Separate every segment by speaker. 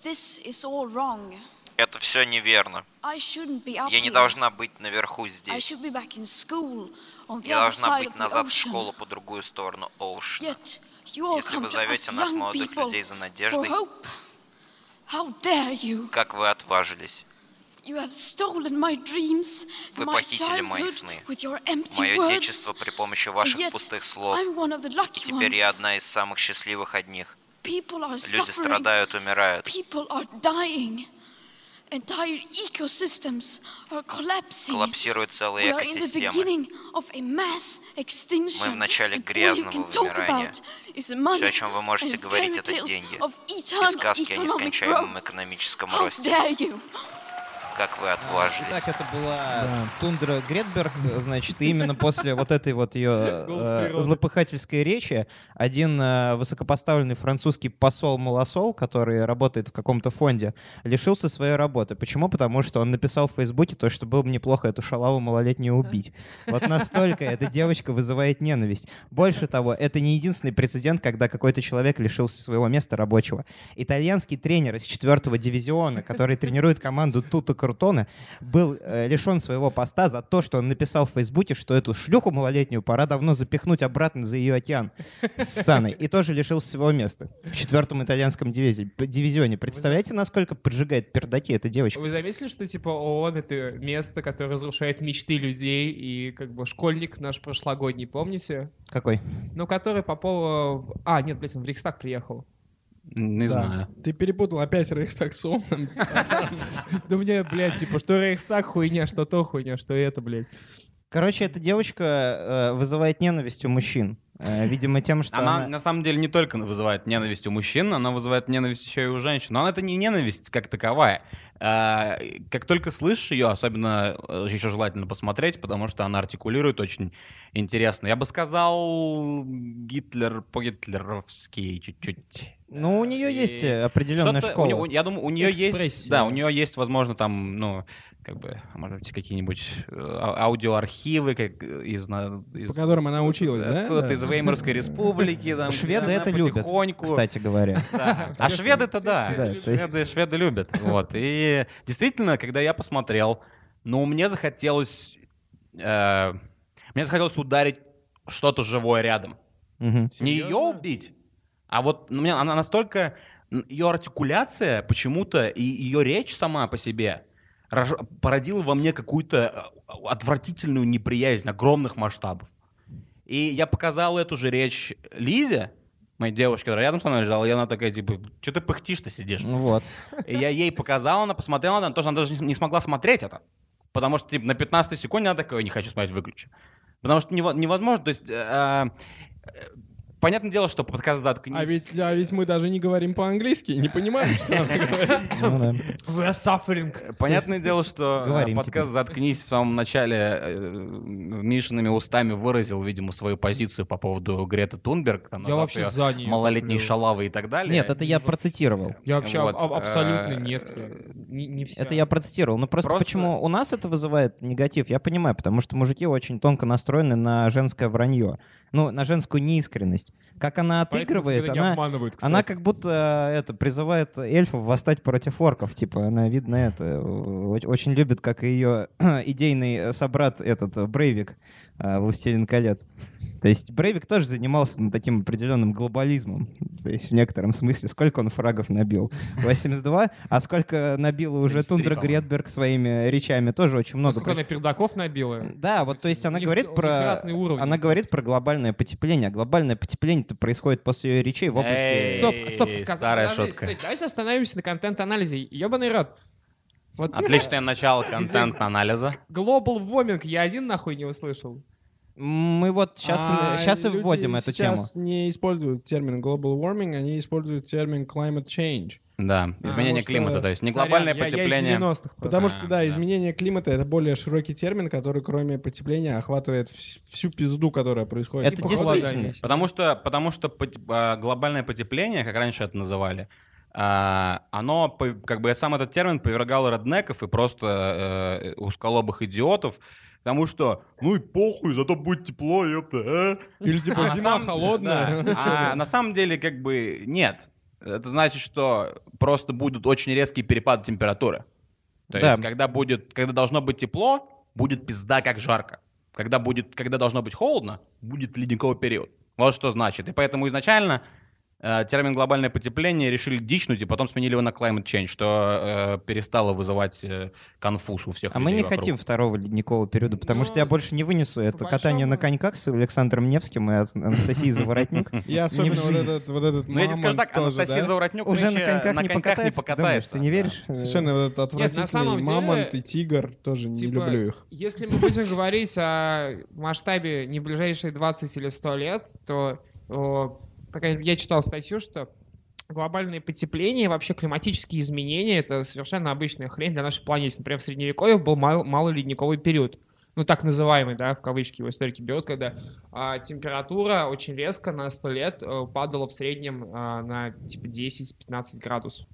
Speaker 1: This is all wrong.
Speaker 2: Это все неверно.
Speaker 1: I shouldn't be up
Speaker 2: Я не
Speaker 1: here.
Speaker 2: должна быть наверху
Speaker 1: I
Speaker 2: здесь.
Speaker 1: should be back in school on the
Speaker 2: Я
Speaker 1: other
Speaker 2: должна
Speaker 1: side
Speaker 2: быть
Speaker 1: of the
Speaker 2: назад в
Speaker 1: ocean.
Speaker 2: школу по другую сторону Оушена.
Speaker 1: Yet you all
Speaker 2: Если
Speaker 1: come
Speaker 2: вы
Speaker 1: to us
Speaker 2: зовете нас,
Speaker 1: young
Speaker 2: молодых
Speaker 1: people,
Speaker 2: людей, за
Speaker 1: for
Speaker 2: надеждой.
Speaker 1: hope. How dare you?
Speaker 2: Как вы отважились?
Speaker 1: You have stolen my dreams,
Speaker 2: Вы
Speaker 1: my
Speaker 2: похитили мои
Speaker 1: childhood
Speaker 2: сны,
Speaker 1: with your empty
Speaker 2: Мое
Speaker 1: words.
Speaker 2: детство при помощи
Speaker 1: And
Speaker 2: ваших
Speaker 1: yet,
Speaker 2: пустых слов.
Speaker 1: Типа, I'm one of the
Speaker 2: И
Speaker 1: lucky
Speaker 2: теперь я
Speaker 1: ones.
Speaker 2: одна из самых счастливых одних.
Speaker 1: People are
Speaker 2: Люди
Speaker 1: suffering.
Speaker 2: страдают, умирают.
Speaker 1: People are dying. Entire ecosystems are collapsing.
Speaker 2: Коллапсируют
Speaker 1: We
Speaker 2: целые
Speaker 1: are in the
Speaker 2: экосистемы.
Speaker 1: beginning of a mass extinction.
Speaker 2: Мы в начале
Speaker 1: And all you
Speaker 2: грязного
Speaker 1: can talk
Speaker 2: вымирания.
Speaker 1: about is money
Speaker 2: Всё, о чём вы можете
Speaker 1: and
Speaker 2: говорить,
Speaker 1: fairy
Speaker 2: это
Speaker 1: tales
Speaker 2: деньги.
Speaker 1: of
Speaker 2: И
Speaker 1: eternal
Speaker 2: сказки о
Speaker 1: economic
Speaker 2: нескончаемом
Speaker 1: growth.
Speaker 2: экономическом
Speaker 1: How
Speaker 2: росте.
Speaker 1: dare you?
Speaker 2: Как вы отважились?
Speaker 3: Итак, это была Тундра Гретберг, значит, и именно после вот этой вот ее
Speaker 4: Голос
Speaker 3: э,
Speaker 4: природы.
Speaker 3: злопыхательской речи один э, высокопоставленный французский посол-малосол, который работает в каком-то фонде, лишился своей работы. Почему? Потому что он написал в Фейсбуке то, что было бы неплохо эту шалаву малолетнюю убить. Вот настолько эта девочка вызывает ненависть. Больше того, это не единственный прецедент, когда какой-то человек лишился своего места рабочего. Итальянский тренер из 4 дивизиона, который тренирует команду Тута Крутона, был э, лишен своего поста за то, что он написал в Фейсбуке, что эту шлюху малолетнюю пора давно запихнуть обратно за ее океан с Саной. И тоже лишился своего места в четвертом итальянском дивизи- п- дивизионе. Представляете, насколько поджигает пердаки эта девочка?
Speaker 4: Вы заметили, что типа ООН это место, которое разрушает мечты людей и как бы школьник наш прошлогодний, помните?
Speaker 3: Какой?
Speaker 4: Ну, который попал... в- А, нет, блядь, он в Рейхстаг приехал.
Speaker 5: Не
Speaker 6: Да.
Speaker 5: знаю.
Speaker 6: Ты перепутал опять Рейхстаг с Оуэном.
Speaker 4: Да мне, блядь, типа, что Рейхстаг хуйня, что то хуйня, что это, блядь.
Speaker 3: Короче, эта девочка э, вызывает ненависть у мужчин. Э, видимо, тем, что
Speaker 5: Она,
Speaker 3: она-
Speaker 5: на самом деле не только вызывает ненависть у мужчин, она вызывает ненависть еще и у женщин. Но это не ненависть как таковая. А, Как только слышишь ее, особенно э, еще желательно посмотреть, потому что она артикулирует очень интересно. Я бы сказал Гитлер по-гитлеровски чуть-чуть.
Speaker 3: Ну, у нее
Speaker 5: И
Speaker 3: есть э, определенная
Speaker 5: что-то-
Speaker 3: школа.
Speaker 5: у не- у- я думаю, у нее есть,
Speaker 4: Экспрессия.
Speaker 5: да, у нее есть, возможно, там, ну, как бы, может быть, какие-нибудь э, а- аудиоархивы, как э, из, на- из-
Speaker 6: По которым она училась, да?
Speaker 5: Откуда-то
Speaker 6: Да.
Speaker 5: из Веймарской республики. Там,
Speaker 3: Шведы
Speaker 5: где она
Speaker 3: это любят,
Speaker 5: потихоньку-
Speaker 3: кстати говоря.
Speaker 5: Да. А
Speaker 4: Все
Speaker 5: шведы-то
Speaker 4: шведы-
Speaker 5: да.
Speaker 4: все
Speaker 3: Да, то есть-
Speaker 5: Шведы, шведы любят. Вот. И действительно, когда я посмотрел, ну, мне захотелось... э, Мне захотелось ударить что-то живое рядом.
Speaker 3: Мгм.
Speaker 5: Не ее убить, а вот ну, мне она настолько... Ее артикуляция почему-то и ее речь сама по себе рож- породила во мне какую-то э, отвратительную неприязнь огромных масштабов. И я показал эту же речь Лизе, моей девушке, которая рядом со мной лежала, и она такая, типа, что ты пыхтишь-то сидишь?
Speaker 3: Ну Вот.
Speaker 5: И я ей показал, она посмотрела, она тоже, она даже не см- не смогла смотреть это. Потому что типа, на 15 секунде она такая, не хочу смотреть, выключи. Потому что нево- невозможно, то есть... э, э, э, Понятное дело, что подкаст «Заткнись».
Speaker 6: А ведь, а ведь мы даже не говорим по-английски, не понимаем, что она говорит.
Speaker 3: Ну да.
Speaker 4: Вы suffering.
Speaker 5: Понятное дело, что э,
Speaker 3: говорим
Speaker 5: подкаст
Speaker 3: теперь.
Speaker 5: «Заткнись» в самом начале э, Мишиными устами выразил, видимо, свою позицию по поводу Греты Тунберг, там,
Speaker 4: Я
Speaker 5: назвав
Speaker 4: вообще
Speaker 5: её
Speaker 4: за нее.
Speaker 5: малолетней шалавой и так далее.
Speaker 3: Нет, это я процитировал.
Speaker 4: Я вообще
Speaker 5: Вот,
Speaker 4: аб- абсолютно
Speaker 5: э,
Speaker 4: нет.
Speaker 5: э,
Speaker 4: блядь. Не, не вся.
Speaker 3: Это я протестировал. Но просто,
Speaker 5: Просто-
Speaker 3: почему у нас это вызывает негатив, я понимаю, потому что мужики очень тонко настроены на женское вранье. Ну, на женскую неискренность. Как она
Speaker 4: Поэтому
Speaker 3: отыгрывает,
Speaker 4: когда не
Speaker 3: она,
Speaker 4: обманывают, кстати.
Speaker 3: она как будто э, это призывает эльфов восстать против орков. Типа, она, видно, это о- очень любит, как и ее идейный собрат этот э, Брейвик, э, Властелин колец. То есть Брейвик тоже занимался ну, таким определенным глобализмом. То есть в некотором смысле, сколько он фрагов набил? 82, а сколько набила уже
Speaker 5: 73,
Speaker 3: Тундра
Speaker 5: по-моему.
Speaker 3: Гретберг своими речами, тоже очень
Speaker 4: Ну,
Speaker 3: много.
Speaker 4: Сколько она пердаков набила.
Speaker 3: Да, вот то есть она
Speaker 4: У них- у
Speaker 3: говорит
Speaker 4: них
Speaker 3: про...
Speaker 4: разные уровни
Speaker 3: Она говорит про глобальное потепление. А глобальное потепление-то происходит после ее речей в области...
Speaker 5: Эй,
Speaker 4: Стоп, стоп, сказал.
Speaker 5: старая
Speaker 4: подожди,
Speaker 5: шутка.
Speaker 4: стойте, Давайте остановимся на контент-анализе. Ебаный рот. Вот
Speaker 5: Отличное начало контент-анализа.
Speaker 4: Global Warming я один нахуй не услышал.
Speaker 3: Мы вот сейчас,
Speaker 6: А
Speaker 3: сейчас и
Speaker 6: люди
Speaker 3: вводим эту тему.
Speaker 6: Сейчас не используют термин global warming, они используют термин climate change.
Speaker 5: Да,
Speaker 4: А,
Speaker 5: изменение
Speaker 6: потому что-
Speaker 5: климата, то есть не
Speaker 4: ну Сорян,
Speaker 5: глобальное
Speaker 4: я- я из
Speaker 5: потепление.
Speaker 4: 90-х просто.
Speaker 5: Да,
Speaker 6: Потому что, да,
Speaker 5: да.
Speaker 6: изменение климата — это более широкий термин, который, кроме потепления, охватывает вс- всю пизду, которая происходит. Типа
Speaker 3: Это
Speaker 6: вокруг.
Speaker 4: похолодание.
Speaker 3: действительно.
Speaker 5: Потому что, потому что пот- а, глобальное потепление, как раньше это называли, а, оно, по- как бы сам этот термин повергал роднеков и просто э, усколобых идиотов, потому что, ну и похуй, зато будет тепло, ёпта, э».
Speaker 6: Или типа
Speaker 5: А на
Speaker 6: зима
Speaker 5: самом- А ну,
Speaker 6: холодная.
Speaker 5: да. А на самом деле, как бы, нет. это значит, что просто будут очень резкие перепады температуры. То
Speaker 3: Да.
Speaker 5: есть, когда будет, когда должно быть тепло, будет пизда как жарко. Когда будет, когда должно быть холодно, будет ледниковый период. Вот что значит. И поэтому изначально э, термин глобальное потепление решили дичнуть и потом сменили его на climate change, что э, перестало вызывать э, конфуз у всех.
Speaker 3: А мы
Speaker 5: людей
Speaker 3: не
Speaker 5: вокруг.
Speaker 3: хотим второго ледникового периода, потому
Speaker 4: Ну,
Speaker 3: что я больше не вынесу это
Speaker 4: по
Speaker 3: катание на
Speaker 4: большому-
Speaker 3: коньках с Александром Невским и Ас- Анастасией Заворотнюк.
Speaker 6: И особенно вот
Speaker 3: жизни.
Speaker 6: этот, вот этот
Speaker 5: Ну, я тебе скажу
Speaker 6: мамонт
Speaker 5: так,
Speaker 6: тоже,
Speaker 5: Анастасия
Speaker 6: да?
Speaker 5: Заворотнюк
Speaker 3: Уже на
Speaker 5: нынче
Speaker 3: коньках не покатается, ты думаешь, ты не
Speaker 5: да.
Speaker 3: веришь? Э,
Speaker 6: Совершенно вот этот отвратительный
Speaker 4: самом деле-
Speaker 6: мамонт и тигр тоже не
Speaker 4: Типа,
Speaker 6: люблю их.
Speaker 4: Если мы будем говорить о масштабе не ближайшие 20 или 100 лет, то о, по крайней мере, я читал статью, что глобальное потепление, вообще климатические изменения — это совершенно обычная хрень для нашей планеты. Например, в Средневековье был мал- малоледниковый период. Ну, так называемый, да, в кавычки его историки берут, когда а, температура очень резко на 100 лет э, падала в среднем а, на типа 10-15 градусов.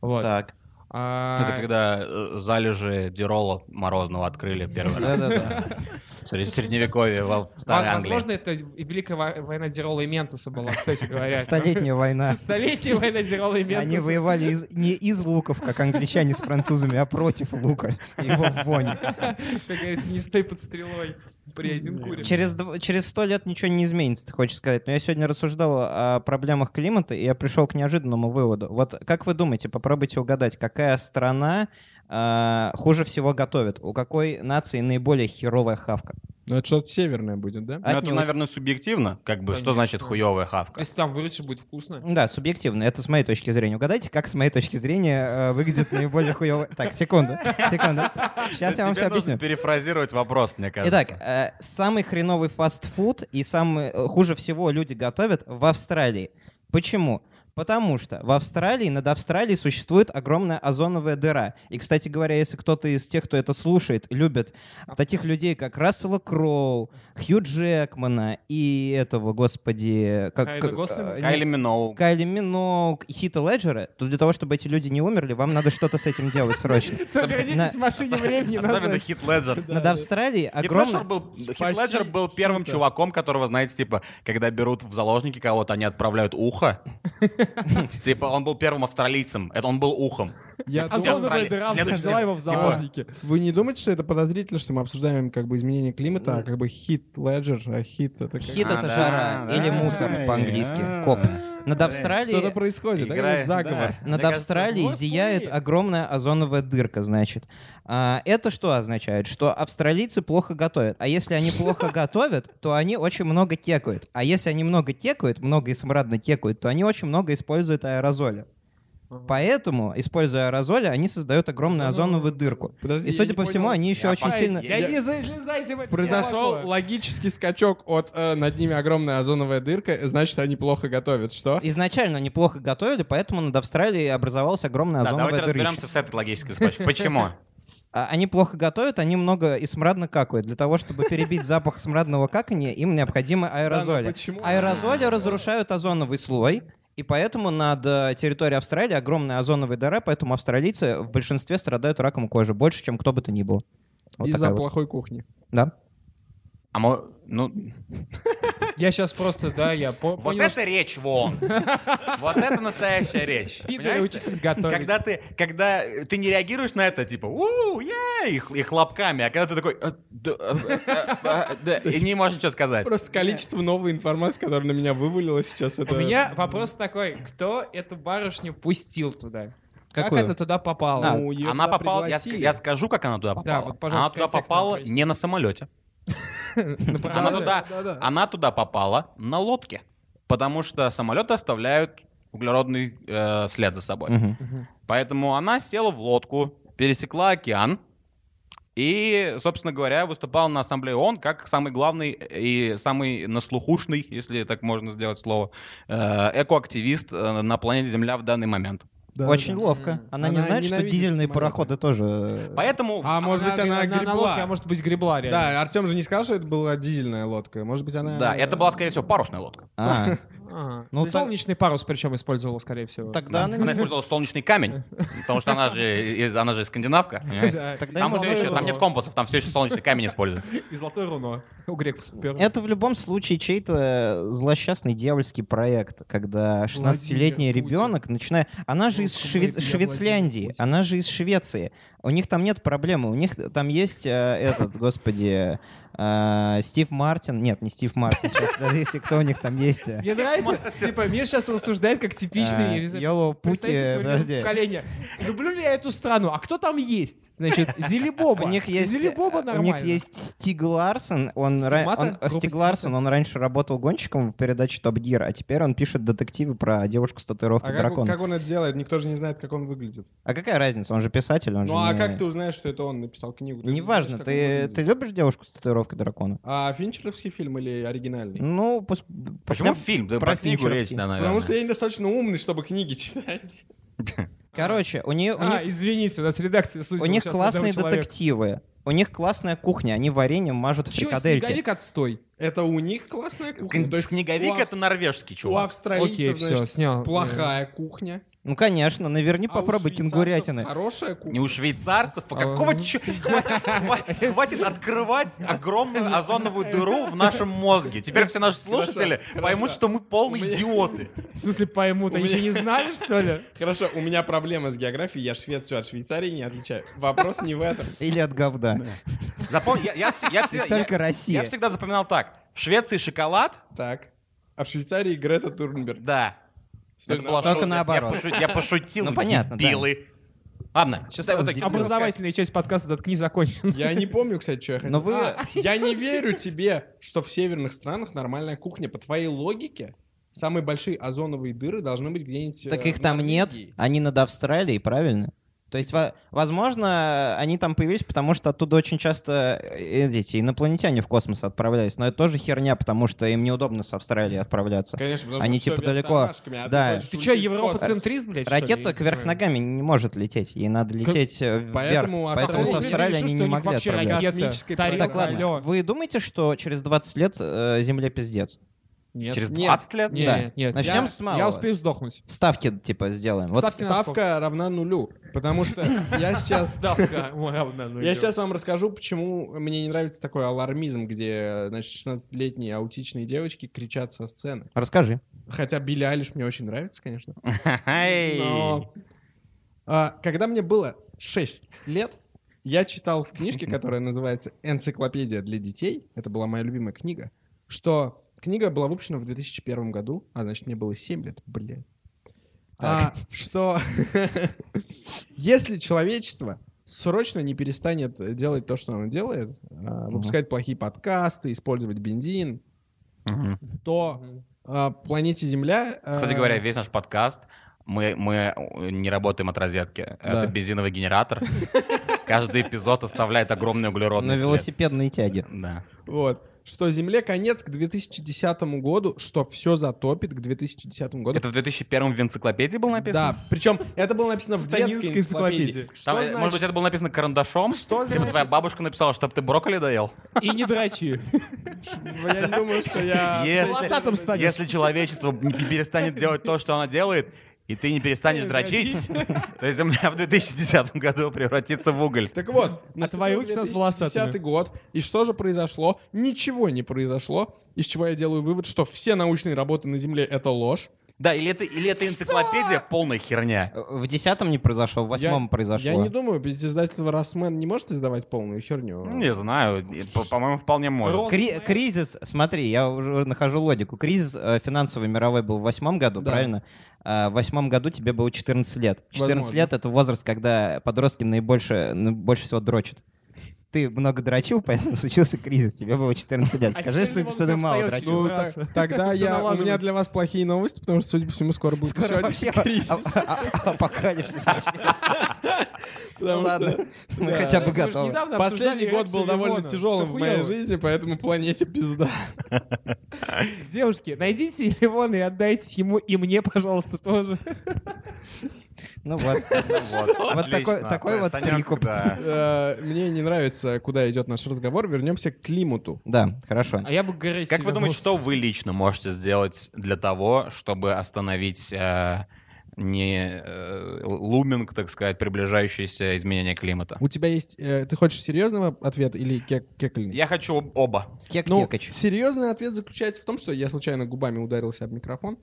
Speaker 4: Вот.
Speaker 5: Так.
Speaker 4: А,
Speaker 5: Это когда э, залежи Дирола Морозного открыли первый раз.
Speaker 3: Да-да-да.
Speaker 5: В сре- Средневековье во- в Старой
Speaker 4: Во-
Speaker 5: Англии.
Speaker 4: Возможно, это и Великая во- война Дирола и Ментоса была, кстати говоря.
Speaker 3: Э, Столетняя война.
Speaker 4: Столетняя война Дирола и
Speaker 3: Они
Speaker 4: Ментоса.
Speaker 3: воевали из- не из луков, как англичане с французами, а против лука и его вони.
Speaker 4: Как говорится, не стой под стрелой при Азенкуре.
Speaker 3: Через, дв- через сто лет ничего не изменится, ты хочешь сказать. Но я сегодня рассуждал о проблемах климата, и я пришел к неожиданному выводу. Вот как вы думаете, попробуйте угадать, какая страна а, хуже всего готовит? У какой нации наиболее херовая хавка?
Speaker 6: Ну, это что-то северное будет, да?
Speaker 5: Ну, это,
Speaker 3: Отнюдь.
Speaker 5: наверное, субъективно. Как бы, что
Speaker 4: Конечно.
Speaker 5: значит хуевая хавка?
Speaker 4: Если там выручишь, будет вкусно.
Speaker 3: Да, субъективно. Это с моей точки зрения. Угадайте, как с моей точки зрения э, выглядит наиболее хуево. Так, секунду, секунду. Сейчас я вам
Speaker 5: Тебе
Speaker 3: все
Speaker 5: нужно
Speaker 3: объясню.
Speaker 5: перефразировать вопрос, мне кажется.
Speaker 3: Итак, э, самый хреновый фастфуд и самый э, хуже всего люди готовят в Австралии. Почему? Потому что в Австралии, над Австралией существует огромная озоновая дыра. И, кстати говоря, если кто-то из тех, кто это слушает, любит таких людей, как Рассела Кроу, Хью Джекмана и этого, господи... Как,
Speaker 4: Райана
Speaker 3: как-
Speaker 4: Гослинга?
Speaker 3: э, не-
Speaker 5: Кайли Миноуг.
Speaker 3: Кайли Миноуг и Хита Леджера, то для того, чтобы эти люди не умерли, вам надо что-то с этим делать срочно. На-
Speaker 4: Вернитесь в машине времени
Speaker 5: Особенно
Speaker 4: назад.
Speaker 5: Хит Леджер.
Speaker 6: Да,
Speaker 3: Над
Speaker 6: да.
Speaker 3: Австралией
Speaker 5: Хит
Speaker 3: огромная...
Speaker 5: Леджер был- Хит
Speaker 6: Спаси
Speaker 5: Леджер был первым
Speaker 6: Хита.
Speaker 5: чуваком, которого, знаете, типа, когда берут в заложники кого-то, они отправляют ухо. Типа, он был первым австралийцем. Это он был ухом.
Speaker 4: А
Speaker 6: Я
Speaker 5: Все
Speaker 6: думал,
Speaker 5: Австралия.
Speaker 4: Озоновая дыра
Speaker 5: Следующий-
Speaker 4: взяла его в заложники.
Speaker 6: Типа, Вы не думаете, что это подозрительно, что мы обсуждаем как бы изменение климата, а как бы хит леджер, а хит это как...
Speaker 3: Хит
Speaker 5: А,
Speaker 3: это
Speaker 5: да,
Speaker 3: жара
Speaker 5: да,
Speaker 3: или мусор
Speaker 5: да,
Speaker 3: по-английски.
Speaker 5: да.
Speaker 3: Коп. Над
Speaker 6: Что-то
Speaker 3: Австралией.
Speaker 6: происходит, да?
Speaker 5: Играет,
Speaker 6: Какой-то
Speaker 5: да.
Speaker 6: заговор.
Speaker 3: Над
Speaker 5: Мне кажется,
Speaker 3: Австралией
Speaker 5: вот
Speaker 3: зияет
Speaker 5: мы-
Speaker 3: огромная озоновая дырка, значит. А, это что означает? Что австралийцы плохо готовят. А если они плохо готовят, то они очень много кекают. А если они много кекают, много и смрадно кекают, то они очень много используют аэрозоля. Поэтому, используя аэрозоли, они создают огромную озоновую дырку.
Speaker 6: Подожди,
Speaker 3: И,
Speaker 6: я
Speaker 3: судя
Speaker 6: не
Speaker 3: по всему,
Speaker 6: понял.
Speaker 3: они еще
Speaker 5: Я
Speaker 3: очень
Speaker 5: пай-
Speaker 3: сильно...
Speaker 4: Я
Speaker 6: Я-
Speaker 4: не залезайте в а это
Speaker 6: Произошел
Speaker 4: молоко.
Speaker 6: логический скачок от э, над ними огромная озоновая дырка, значит, они плохо готовят. Что?
Speaker 3: Изначально они плохо готовили, поэтому над Австралией образовалась огромная
Speaker 5: Да, давайте
Speaker 3: озоновая дырка.
Speaker 5: разберемся с этой логической цепочкой. Почему?
Speaker 3: А Они плохо готовят, они много и смрадно какают. Для того, чтобы перебить запах смрадного какания, им необходимы
Speaker 6: Да, но
Speaker 3: аэрозоли.
Speaker 6: почему?
Speaker 3: Аэрозоли разрушают озоновый слой, и поэтому над э, территорией Австралии огромная озоновая дыра, поэтому австралийцы в большинстве страдают раком кожи, больше, чем кто бы то ни был. Вот
Speaker 6: Из-за
Speaker 3: такая вот.
Speaker 6: плохой кухни.
Speaker 3: Да.
Speaker 5: А мо- ну,
Speaker 4: Я сейчас просто, да, я по-
Speaker 5: вот
Speaker 4: понял,
Speaker 5: это речь вон. Вот это настоящая речь.
Speaker 4: Пидоры,
Speaker 5: Понимаешь?
Speaker 4: учитесь готовить.
Speaker 5: Когда ты, когда ты не реагируешь на это, типа, у я и, х- и хлопками, а когда ты такой, «Э, да, э, э, э, да», и не можешь ничего сказать.
Speaker 6: Просто количество новой информации, которая на меня вывалилась сейчас, это...
Speaker 4: У меня вопрос такой, кто эту барышню пустил туда? Как
Speaker 3: Какую?
Speaker 4: она туда попала?
Speaker 3: А,
Speaker 6: Ну, её
Speaker 5: Она
Speaker 6: туда
Speaker 5: попала, я, ск-
Speaker 6: пригласили.
Speaker 5: я скажу, как она туда попала.
Speaker 4: Да, вот, пожалуйста,
Speaker 5: она туда
Speaker 4: контекст нам
Speaker 5: попала
Speaker 4: поясни.
Speaker 5: не на самолете. Она
Speaker 6: Да,
Speaker 5: туда,
Speaker 6: да, да.
Speaker 5: она туда попала на лодке, потому что самолеты оставляют углеродный э, след за собой.
Speaker 3: Мгм.
Speaker 5: Поэтому она села в лодку, пересекла океан и, собственно говоря, выступала на ассамблее ООН как самый главный и самый наслухушный, если так можно сделать слово, э, экоактивист э, на планете Земля в данный момент.
Speaker 6: Да,
Speaker 3: Очень
Speaker 6: да.
Speaker 3: ловко. Она, не
Speaker 6: Она
Speaker 3: знает, что
Speaker 6: ненавидит
Speaker 3: дизельные
Speaker 6: самолеты.
Speaker 3: пароходы тоже... э,
Speaker 5: Поэтому
Speaker 6: А может быть, она
Speaker 4: на- на лодке, а
Speaker 6: гребла?
Speaker 4: может быть, гребла реально.
Speaker 6: Да, Артем же не сказал, что это была дизельная лодка. Может быть, она... А
Speaker 5: да, это была, скорее всего, парусная лодка.
Speaker 3: А,
Speaker 4: Ага.
Speaker 3: Ну,
Speaker 4: Солнечный парус причем использовал, скорее всего.
Speaker 3: Тогда она
Speaker 5: Она
Speaker 3: не-
Speaker 5: использовала солнечный камень, потому что она же, из- она же скандинавка. понимаете?
Speaker 4: Да,
Speaker 3: э, Тогда
Speaker 5: Там
Speaker 3: из
Speaker 5: все
Speaker 3: золотой
Speaker 5: еще, там нет компасов, там все еще солнечный камень используют.
Speaker 4: и золотое руно. У греков сперва.
Speaker 3: Это в любом случае чей-то злосчастный дьявольский проект, когда 16-летний
Speaker 4: Владимир Путин.
Speaker 3: ребенок начинает... Она же из
Speaker 4: Господи,
Speaker 3: Шве-
Speaker 4: я Владимир
Speaker 3: Швецляндии,
Speaker 4: Путин.
Speaker 3: она же из Швеции. У них там нет проблемы, у них там есть э, этот, господи, э, Стив Мартин. Нет, не Стив Мартин, сейчас, подождите, кто у них там есть. э,
Speaker 4: Мне нравится, типа, Мир сейчас рассуждает как
Speaker 3: А,
Speaker 4: типичный я не знаю,
Speaker 3: Yellow Putti,
Speaker 4: представитель современного
Speaker 3: подожди.
Speaker 4: поколения. Люблю ли я эту страну? А кто там есть? Значит, Зелебоба.
Speaker 3: У них есть, э,
Speaker 4: Зелебоба
Speaker 3: у
Speaker 4: нормально.
Speaker 3: них есть Стиг Ларсон. Он, ра-
Speaker 4: Стигмата?
Speaker 3: он-
Speaker 4: Группа
Speaker 3: Стиг
Speaker 4: Стигмата?
Speaker 3: Ларсон, он раньше работал гонщиком в передаче Топ Гир, а теперь он пишет детективы про девушку с татуировкой
Speaker 6: А как,
Speaker 3: дракона.
Speaker 6: как он это делает? Никто же не знает, как он выглядит.
Speaker 3: А какая разница? Он же писатель, он
Speaker 6: Ну
Speaker 3: же
Speaker 6: а
Speaker 3: не-
Speaker 6: как ты узнаешь, что это он написал книгу? Ты же не
Speaker 3: Неважно,
Speaker 6: знаешь, как он
Speaker 3: ты,
Speaker 6: выглядит.
Speaker 3: ты любишь девушку с татуировкой дракона?
Speaker 6: А финчеровский фильм или оригинальный?
Speaker 3: Ну, пос-
Speaker 5: Почему
Speaker 3: хотя-
Speaker 5: фильм? Да
Speaker 3: про
Speaker 5: Про книгу речь,
Speaker 3: Финчеровский.
Speaker 5: да, наверное.
Speaker 6: Потому что я недостаточно умный, чтобы книги читать.
Speaker 3: Короче, у нее... У
Speaker 4: А,
Speaker 3: них,
Speaker 4: извините, у нас редакция
Speaker 3: у
Speaker 4: сузила
Speaker 3: них
Speaker 4: сейчас на одного
Speaker 3: классные
Speaker 4: человека.
Speaker 3: детективы. У них классная кухня, они варенье мажут в
Speaker 4: Чё,
Speaker 3: фрикадельки.
Speaker 4: снеговик отстой.
Speaker 6: Это у них классная кухня. То есть
Speaker 5: Снеговик —
Speaker 6: у
Speaker 5: это
Speaker 6: авс-
Speaker 5: норвежский
Speaker 6: У
Speaker 5: чувак.
Speaker 4: Окей,
Speaker 6: австралийцев,
Speaker 4: все,
Speaker 6: значит,
Speaker 4: снял.
Speaker 6: плохая кухня.
Speaker 3: Ну, конечно, наверни
Speaker 6: А у
Speaker 3: попробуй
Speaker 6: швейцарцев
Speaker 3: кенгурятины.
Speaker 6: Хорошая
Speaker 5: Не
Speaker 6: кухня.
Speaker 5: у швейцарцев, а
Speaker 4: А,
Speaker 5: какого
Speaker 4: ну.
Speaker 5: чё- Хватит хватит открывать огромную озоновую дыру в нашем мозге. Теперь все наши слушатели поймут, что мы полные идиоты.
Speaker 4: В смысле поймут,
Speaker 6: У
Speaker 4: они
Speaker 6: меня-
Speaker 4: что, не знали, что ли?
Speaker 6: Хорошо, у меня проблема с географией, я Швецию от Швейцарии не отличаю. Вопрос не в этом.
Speaker 3: Или от говда.
Speaker 5: Запомни, я- я вс- я всегда-
Speaker 3: И только
Speaker 5: я-
Speaker 3: Россия.
Speaker 5: Я всегда запоминал так. В Швеции шоколад,
Speaker 6: Так. А в Швейцарии Грета Турнберг.
Speaker 5: да.
Speaker 6: Стой,
Speaker 5: Это
Speaker 6: ну,
Speaker 5: была
Speaker 3: Только
Speaker 5: шутка. Я
Speaker 3: наоборот.
Speaker 5: пошу- Я пошутил,
Speaker 3: Ну, понятно, да.
Speaker 5: дебилы. Ладно.
Speaker 3: Чё
Speaker 5: да,
Speaker 3: сразу
Speaker 5: вот так-
Speaker 3: дебил?
Speaker 4: Образовательная часть подкаста «Заткни, закончена».
Speaker 6: Я не помню, кстати, что я хотел.
Speaker 3: Но вы-
Speaker 6: А, я не верю тебе, что в северных странах нормальная кухня. По твоей логике, самые большие озоновые дыры должны быть где-нибудь... э,
Speaker 3: Так
Speaker 6: в
Speaker 3: их там нет,
Speaker 6: Норвегии.
Speaker 3: они над Австралией, правильно? То есть, во- возможно, они там появились, потому что оттуда очень часто э, эти инопланетяне в космос отправлялись. Но это тоже херня, потому что им неудобно с Австралии отправляться.
Speaker 6: Конечно, потому
Speaker 3: Они
Speaker 6: что всё
Speaker 3: типа
Speaker 6: вверх
Speaker 3: далеко.
Speaker 6: тормашками, а ты
Speaker 3: Да.
Speaker 6: хочешь
Speaker 4: Ты
Speaker 6: улететь
Speaker 4: что,
Speaker 6: в космос.
Speaker 4: европоцентрист, блядь, что ли?
Speaker 3: Ракета кверх ногами не может лететь, ей надо лететь э, вверх.
Speaker 6: Поэтому
Speaker 3: Поэтому с
Speaker 6: Австралия-
Speaker 3: Австралией
Speaker 4: Я
Speaker 3: они
Speaker 4: решил, что
Speaker 3: не
Speaker 4: у них
Speaker 3: могли
Speaker 4: вообще
Speaker 3: отправляться.
Speaker 4: ракета,
Speaker 6: Космической
Speaker 4: тарелка,
Speaker 3: Так, ладно,
Speaker 4: алло.
Speaker 3: вы думаете, что через 20 лет э, Земле пиздец?
Speaker 4: Нет.
Speaker 5: Через
Speaker 6: Нет.
Speaker 5: 20 лет?
Speaker 4: Нет,
Speaker 3: Да.
Speaker 4: нет, нет.
Speaker 3: Начнем
Speaker 4: Я-
Speaker 3: с малого.
Speaker 4: Я успею сдохнуть.
Speaker 3: Ставки, типа, сделаем. Вот
Speaker 4: Ставки на сколько?
Speaker 6: Ставка равна нулю, потому что я сейчас...
Speaker 4: Ставка. равна нулю.
Speaker 6: Я сейчас вам расскажу, почему мне не нравится такой алармизм, где, значит, 16-летние аутичные девочки кричат со сцены.
Speaker 3: Расскажи.
Speaker 6: Хотя Билли Айлиш мне очень нравится, конечно.
Speaker 5: Ай.
Speaker 6: Но, а, когда мне было 6 лет, я читал в книжке, которая называется «Энциклопедия для детей», это была моя любимая книга, что книга была выпущена в 2001 году, а значит, мне было 7 лет, блин. А, что если человечество срочно не перестанет делать то, что оно делает, а, выпускать плохие подкасты, использовать бензин,
Speaker 5: Мгм.
Speaker 6: то а, планете Земля... а,
Speaker 5: Кстати говоря, весь наш подкаст мы, мы не работаем от розетки. Это бензиновый генератор. Каждый эпизод оставляет огромный углеродный
Speaker 3: На
Speaker 5: след.
Speaker 3: велосипедные тяги.
Speaker 5: Да.
Speaker 6: Вот. Что Земле конец к 2010 году, что все затопит к 2010 году.
Speaker 5: Это в 2001 в энциклопедии было написано?
Speaker 6: Да, причем это было написано в детской
Speaker 4: Сатанинской
Speaker 6: энциклопедии.
Speaker 4: энциклопедии.
Speaker 6: Что
Speaker 5: Там, э,
Speaker 6: значит-
Speaker 5: Может быть, это было написано карандашом?
Speaker 6: Что
Speaker 5: Либо твоя
Speaker 6: значит?
Speaker 5: бабушка написала, чтобы ты брокколи доел?
Speaker 4: И не дрочи.
Speaker 6: Я не думаю, что я...
Speaker 5: Если-
Speaker 4: Волосатым станешь.
Speaker 5: Если человечество не перестанет делать то, что оно делает, и ты не перестанешь дрочить, то Земля в 2010 году превратится в уголь.
Speaker 6: Так вот,
Speaker 4: А твои руки станут волосатыми.
Speaker 6: год, и что же произошло? Ничего не произошло, из чего я делаю вывод, что все научные работы на Земле — это ложь.
Speaker 5: Да, или это, или это энциклопедия полная херня.
Speaker 3: Э, В десятом не произошло, в
Speaker 6: Я-
Speaker 3: восьмом произошло.
Speaker 6: Я не думаю, ведь издательство «Росмен» не может издавать полную херню.
Speaker 5: Ну, Не знаю, и, по- по-моему, вполне может.
Speaker 4: Рос-
Speaker 3: Кри- кризис, смотри, я уже нахожу логику. Кризис э, финансовый мировой был в восьмом году,
Speaker 6: Да.
Speaker 3: правильно? А В восьмом году тебе было 14 лет. 14
Speaker 6: Возможно.
Speaker 3: лет — это возраст, когда подростки наибольше, ну, больше всего дрочат. Ты много дрочил, поэтому случился кризис. Тебе было 14 лет.
Speaker 4: А
Speaker 3: Скажи,
Speaker 4: теперь
Speaker 3: что,
Speaker 4: он
Speaker 3: что ты
Speaker 4: всё
Speaker 3: мало
Speaker 4: встаёт
Speaker 3: дрочил.
Speaker 4: через
Speaker 6: Ну,
Speaker 4: раз.
Speaker 6: так- тогда
Speaker 4: Всё
Speaker 6: я, у
Speaker 4: налаживается.
Speaker 6: меня для вас плохие новости, потому что, судя по всему, скоро будет
Speaker 3: Скоро
Speaker 6: еще один
Speaker 3: вообще
Speaker 6: «Ну, кризис.
Speaker 3: а- а- апокалипсис начнется.
Speaker 6: Потому что-
Speaker 3: Ладно, мы
Speaker 6: да.
Speaker 3: хотя бы
Speaker 4: Мы же
Speaker 3: готовы.
Speaker 4: недавно
Speaker 6: Последний
Speaker 4: обсуждали
Speaker 6: год был
Speaker 4: реакцию
Speaker 6: довольно
Speaker 4: Лимона.
Speaker 6: тяжелым
Speaker 4: Всё
Speaker 6: в моей
Speaker 4: хуёво.
Speaker 6: жизни, поэтому планете пизда.
Speaker 4: Девушки, найдите Левона и отдайте ему и мне, пожалуйста, тоже.
Speaker 3: Ну вот. Вот такой-
Speaker 7: Отлично.
Speaker 3: такой вот
Speaker 7: Санёк,
Speaker 3: прикуп.
Speaker 7: да.
Speaker 6: Э, Мне не нравится, куда идет наш разговор. Вернемся к климату.
Speaker 3: Да, хорошо.
Speaker 4: А я бы горы
Speaker 5: Как
Speaker 4: себе
Speaker 5: вы думаете,
Speaker 4: в
Speaker 5: что
Speaker 4: нос-
Speaker 5: вы лично можете сделать для того, чтобы остановить э, не э, луминг, так сказать, приближающееся изменение климата?
Speaker 6: У тебя есть... э, Ты хочешь серьезного ответа или кек- кекольный?
Speaker 5: Я хочу об- оба.
Speaker 3: Кек
Speaker 6: Ну,
Speaker 3: Кекач.
Speaker 6: серьезный ответ заключается в том, что я случайно губами ударился об микрофон.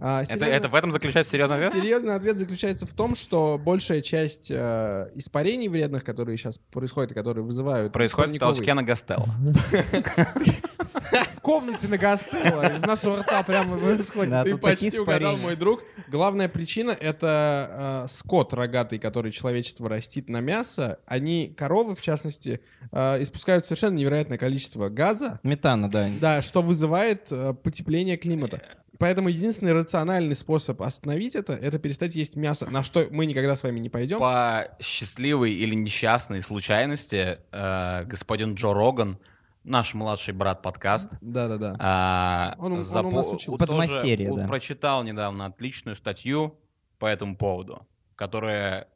Speaker 6: А,
Speaker 5: Это,
Speaker 6: серьезный-
Speaker 5: это в этом заключается серьезный ответ?
Speaker 6: Серьезный ответ заключается в том, что большая часть э, испарений вредных, которые сейчас происходят и которые вызывают...
Speaker 5: Происходит в
Speaker 6: парниковый-
Speaker 5: толчке на Гастелло.
Speaker 4: В комнате на гастелло, из нашего рта прямо выходит.
Speaker 3: Да,
Speaker 6: Ты
Speaker 3: тут
Speaker 6: почти
Speaker 3: такие
Speaker 6: угадал,
Speaker 3: испарения.
Speaker 6: мой друг. Главная причина — это э, скот рогатый, который человечество растит на мясо. Они, коровы в частности, э, испускают совершенно невероятное количество газа,
Speaker 3: Метана, да.
Speaker 6: да, что вызывает э, потепление климата. Поэтому единственный рациональный способ остановить это — это перестать есть мясо, на что мы никогда с вами не
Speaker 3: Ну.
Speaker 6: пойдем.
Speaker 5: По счастливой или несчастной случайности э, господин Джо Роган, наш младший брат подкаст,
Speaker 6: Да-да-да.
Speaker 5: А,
Speaker 6: Он у- он
Speaker 5: запо-
Speaker 6: у нас учил.
Speaker 5: тоже
Speaker 3: Подмастерье,
Speaker 5: у-
Speaker 3: да.
Speaker 5: Прочитал недавно отличную статью по этому поводу, которая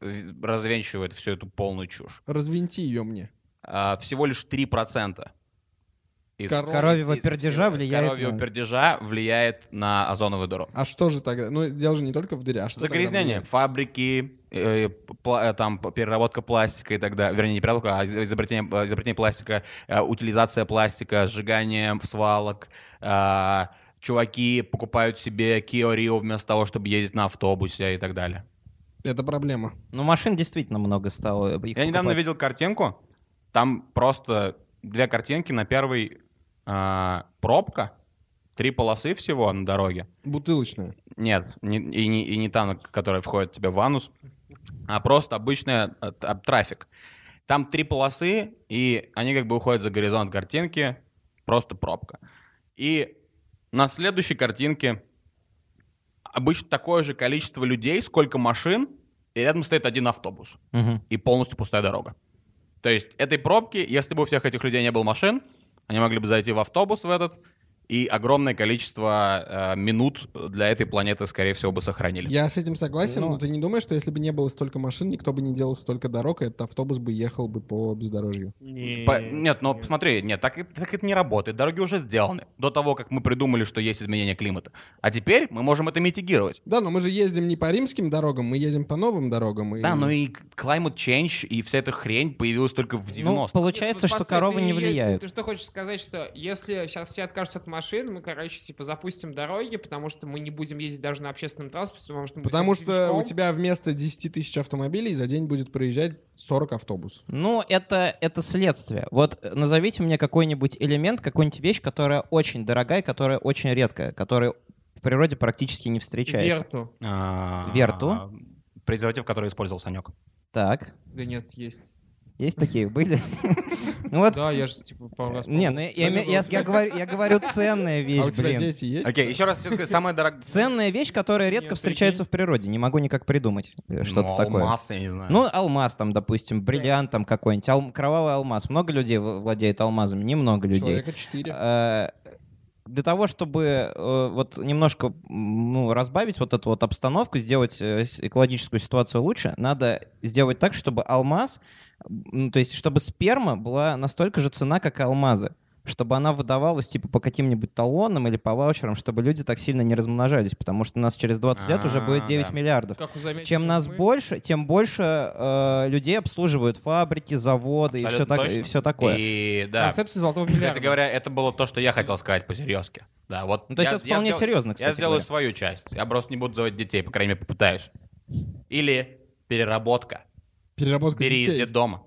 Speaker 5: э, развенчивает всю эту полную чушь.
Speaker 6: Развинти ее мне.
Speaker 5: А, всего лишь 3% из
Speaker 6: Коров-
Speaker 3: коровьего
Speaker 5: из- из-
Speaker 3: пердежа
Speaker 5: из
Speaker 3: влияет
Speaker 5: коровьего
Speaker 3: на-
Speaker 5: пердежа влияет на озоновую дыру.
Speaker 6: А что же тогда? Ну, дело же не только в дыре, а что тогда
Speaker 5: Загрязнение,
Speaker 6: будет?
Speaker 5: фабрики, э, пла- э, там п- переработка пластика и так далее, вернее не переработка, а из- изобретение, э, изобретение пластика, э, утилизация пластика, сжигание в свалок. э, чуваки покупают себе Kia Rio вместо того, чтобы ездить на автобусе и так далее.
Speaker 6: Это проблема.
Speaker 3: Ну, машин действительно много стало. их
Speaker 5: Я недавно
Speaker 3: покупать.
Speaker 5: видел картинку, там просто две картинки, на первой э, пробка, три полосы всего на дороге,
Speaker 6: Бутылочная.
Speaker 5: Нет, не- и, не, и не та, которая входит тебе в анус, а просто обычная э, т- трафик. Там три полосы, и они как бы уходят за горизонт картинки, просто пробка. И на следующей картинке обычно такое же количество людей, сколько машин, и рядом стоит один автобус,
Speaker 3: Мгм.
Speaker 5: и полностью пустая дорога. То есть этой пробки, если бы у всех этих людей не было машин, они могли бы зайти в автобус в этот, и огромное количество э, минут для этой планеты, скорее всего, бы сохранили.
Speaker 6: Я с этим согласен,
Speaker 3: Ну.
Speaker 6: но ты не думаешь, что если бы не было столько машин, никто бы не делал столько дорог, и этот автобус бы ехал бы по бездорожью?
Speaker 5: По- нет, но посмотри, нет, так, и- так это не работает. Дороги уже сделаны до того, как мы придумали, что есть изменение климата. А теперь мы можем это митигировать.
Speaker 6: Да, но мы же ездим не по римским дорогам, мы едем по новым дорогам. И...
Speaker 5: Да, но и climate change и вся эта хрень появилась только в 90-х.
Speaker 3: Ну, получается,
Speaker 4: Нет, ну,
Speaker 3: что
Speaker 4: постой,
Speaker 3: коровы
Speaker 4: ты-
Speaker 3: не
Speaker 4: ты-
Speaker 3: влияют.
Speaker 4: Ты что хочешь сказать, что если сейчас все откажутся от машин, мы, короче, типа запустим дороги, потому что мы не будем ездить даже на общественном транспорте, потому что мы будем
Speaker 6: Потому
Speaker 4: ездить
Speaker 6: что у
Speaker 4: пешком.
Speaker 6: тебя вместо 10 тысяч автомобилей за день будет проезжать 40 автобусов.
Speaker 3: Ну, это, это следствие. Вот э, назовите мне какой-нибудь элемент, какую-нибудь вещь, которая очень дорогая, которая очень редкая, которая в природе практически не встречается.
Speaker 4: Верту.
Speaker 5: А,
Speaker 3: Верту?
Speaker 5: Презерватив, который использовал Санек.
Speaker 3: Так,
Speaker 4: Да нет, есть.
Speaker 3: есть такие, были? Ну вот,
Speaker 4: Да, я же типа пару раз...
Speaker 3: не, ну я- я я- я говорю- я говорю ценная
Speaker 6: а у
Speaker 3: вещь,
Speaker 6: тебя
Speaker 3: блин.
Speaker 6: дети есть?
Speaker 5: Окей, еще раз тебе скажу, самое дорогое...
Speaker 3: Ценная вещь, которая редко
Speaker 4: прикинь.
Speaker 3: встречается в природе. Не могу никак придумать э, что-то
Speaker 5: Ну,
Speaker 3: такое.
Speaker 5: алмаз, я не знаю.
Speaker 3: Ну, алмаз там, допустим, бриллиант там какой-нибудь, ал- кровавый алмаз. Много людей в- владеет алмазами? Немного людей.
Speaker 6: Человека 4.
Speaker 3: Э, Для того, чтобы э, вот немножко м, ну, разбавить вот эту вот обстановку, сделать э, с- экологическую ситуацию лучше, надо сделать так, чтобы алмаз, м, то есть чтобы сперма была настолько же цена, как и алмазы чтобы она выдавалась типа по каким-нибудь талонам или по ваучерам, чтобы люди так сильно не размножались, потому что у нас через 20 лет уже будет
Speaker 5: А,
Speaker 3: 9
Speaker 5: да.
Speaker 3: миллиардов.
Speaker 4: Как вы заметили,
Speaker 3: Чем нас
Speaker 4: мы-
Speaker 3: больше, тем больше э, людей обслуживают фабрики, заводы и все,
Speaker 5: Абсолютно
Speaker 3: так, и
Speaker 5: точно.
Speaker 3: все такое.
Speaker 5: И да.
Speaker 4: Концепция золотого
Speaker 5: Кстати
Speaker 4: миллиарда.
Speaker 5: говоря, это было то, что я хотел сказать по серьезке. Да, вот.
Speaker 3: Ну, то есть
Speaker 5: я-
Speaker 3: это
Speaker 5: я
Speaker 3: вполне
Speaker 5: сдел-
Speaker 3: серьезно,
Speaker 5: Я
Speaker 3: кстати
Speaker 5: сделаю
Speaker 3: говоря.
Speaker 5: свою часть. Я просто не буду заводить детей, по крайней мере, попытаюсь. Или переработка.
Speaker 6: Переработка
Speaker 5: Бери из
Speaker 6: детей.
Speaker 5: детдома.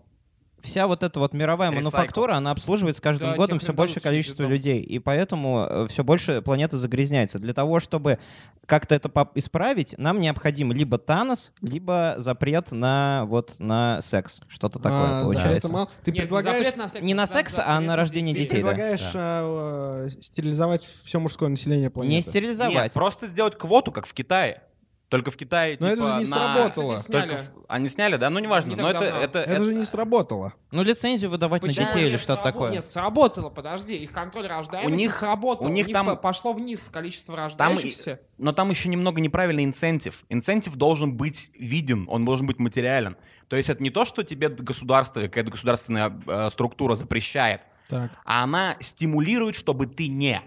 Speaker 3: Вся вот эта вот мировая
Speaker 5: Recycle.
Speaker 3: мануфактура, она обслуживает с каждым
Speaker 4: Да,
Speaker 3: годом
Speaker 4: тех
Speaker 3: все
Speaker 4: не
Speaker 3: большее
Speaker 4: дадут
Speaker 3: количество
Speaker 4: через дом.
Speaker 3: людей, и поэтому все больше планета загрязняется. Для того, чтобы как-то это поп- исправить, нам необходим либо Танос, либо запрет на вот на секс, что-то такое
Speaker 6: А,
Speaker 3: получается.
Speaker 6: запрета мало. Ты
Speaker 4: Нет, ну,
Speaker 6: предлагаешь...
Speaker 4: запрет на секс.
Speaker 3: Не на
Speaker 4: а запрет
Speaker 3: секс, а на рождение
Speaker 6: Ты
Speaker 3: детей, да.
Speaker 6: предлагаешь а, э, стерилизовать все мужское население планеты.
Speaker 3: Не стерилизовать.
Speaker 5: Нет, просто сделать квоту, как в Китае. То Только в Китае,
Speaker 6: Но это
Speaker 5: типа,
Speaker 6: же не
Speaker 5: на-
Speaker 6: сработало.
Speaker 4: Кстати, сняли.
Speaker 5: Только в- Они сняли, да? Ну, неважно.
Speaker 4: Не
Speaker 5: Но
Speaker 4: так
Speaker 5: это...
Speaker 4: давно.
Speaker 5: это,
Speaker 6: Это же не сработало.
Speaker 3: Ну, лицензию выдавать
Speaker 4: Почему
Speaker 3: на детей или
Speaker 4: нет,
Speaker 3: что-то
Speaker 4: срабо-
Speaker 3: такое.
Speaker 4: Нет, сработало, подожди, их контроль рождаемости
Speaker 5: них-
Speaker 4: сработал.
Speaker 5: у них там-
Speaker 4: по- пошло вниз количество рождающихся.
Speaker 5: Но там еще немного неправильный инцентив. Инцентив должен быть виден, он должен быть материален. То есть это не то, что тебе государство, какая-то государственная э, структура запрещает,
Speaker 6: Так.
Speaker 5: а она стимулирует, чтобы ты не.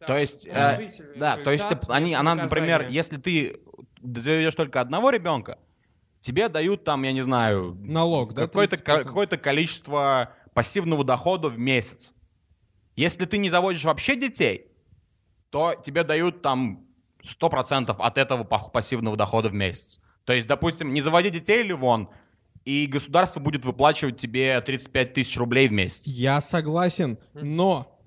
Speaker 4: Да,
Speaker 5: То есть, э,
Speaker 4: положительный
Speaker 5: да, то есть ты-
Speaker 4: результат
Speaker 5: они,
Speaker 4: вместо
Speaker 5: она, например,
Speaker 4: наказания.
Speaker 5: если ты заведешь только одного ребенка, тебе дают там, я не знаю,
Speaker 6: Налог, да?
Speaker 5: какое-то
Speaker 6: 30%?
Speaker 5: какое количество пассивного дохода в месяц. Если ты не заводишь вообще детей, то тебе дают там 100% от этого пах- пассивного дохода в месяц. То есть, допустим, не заводи детей, Ливон, и государство будет выплачивать тебе 35 тысяч рублей в месяц.
Speaker 6: Я согласен, но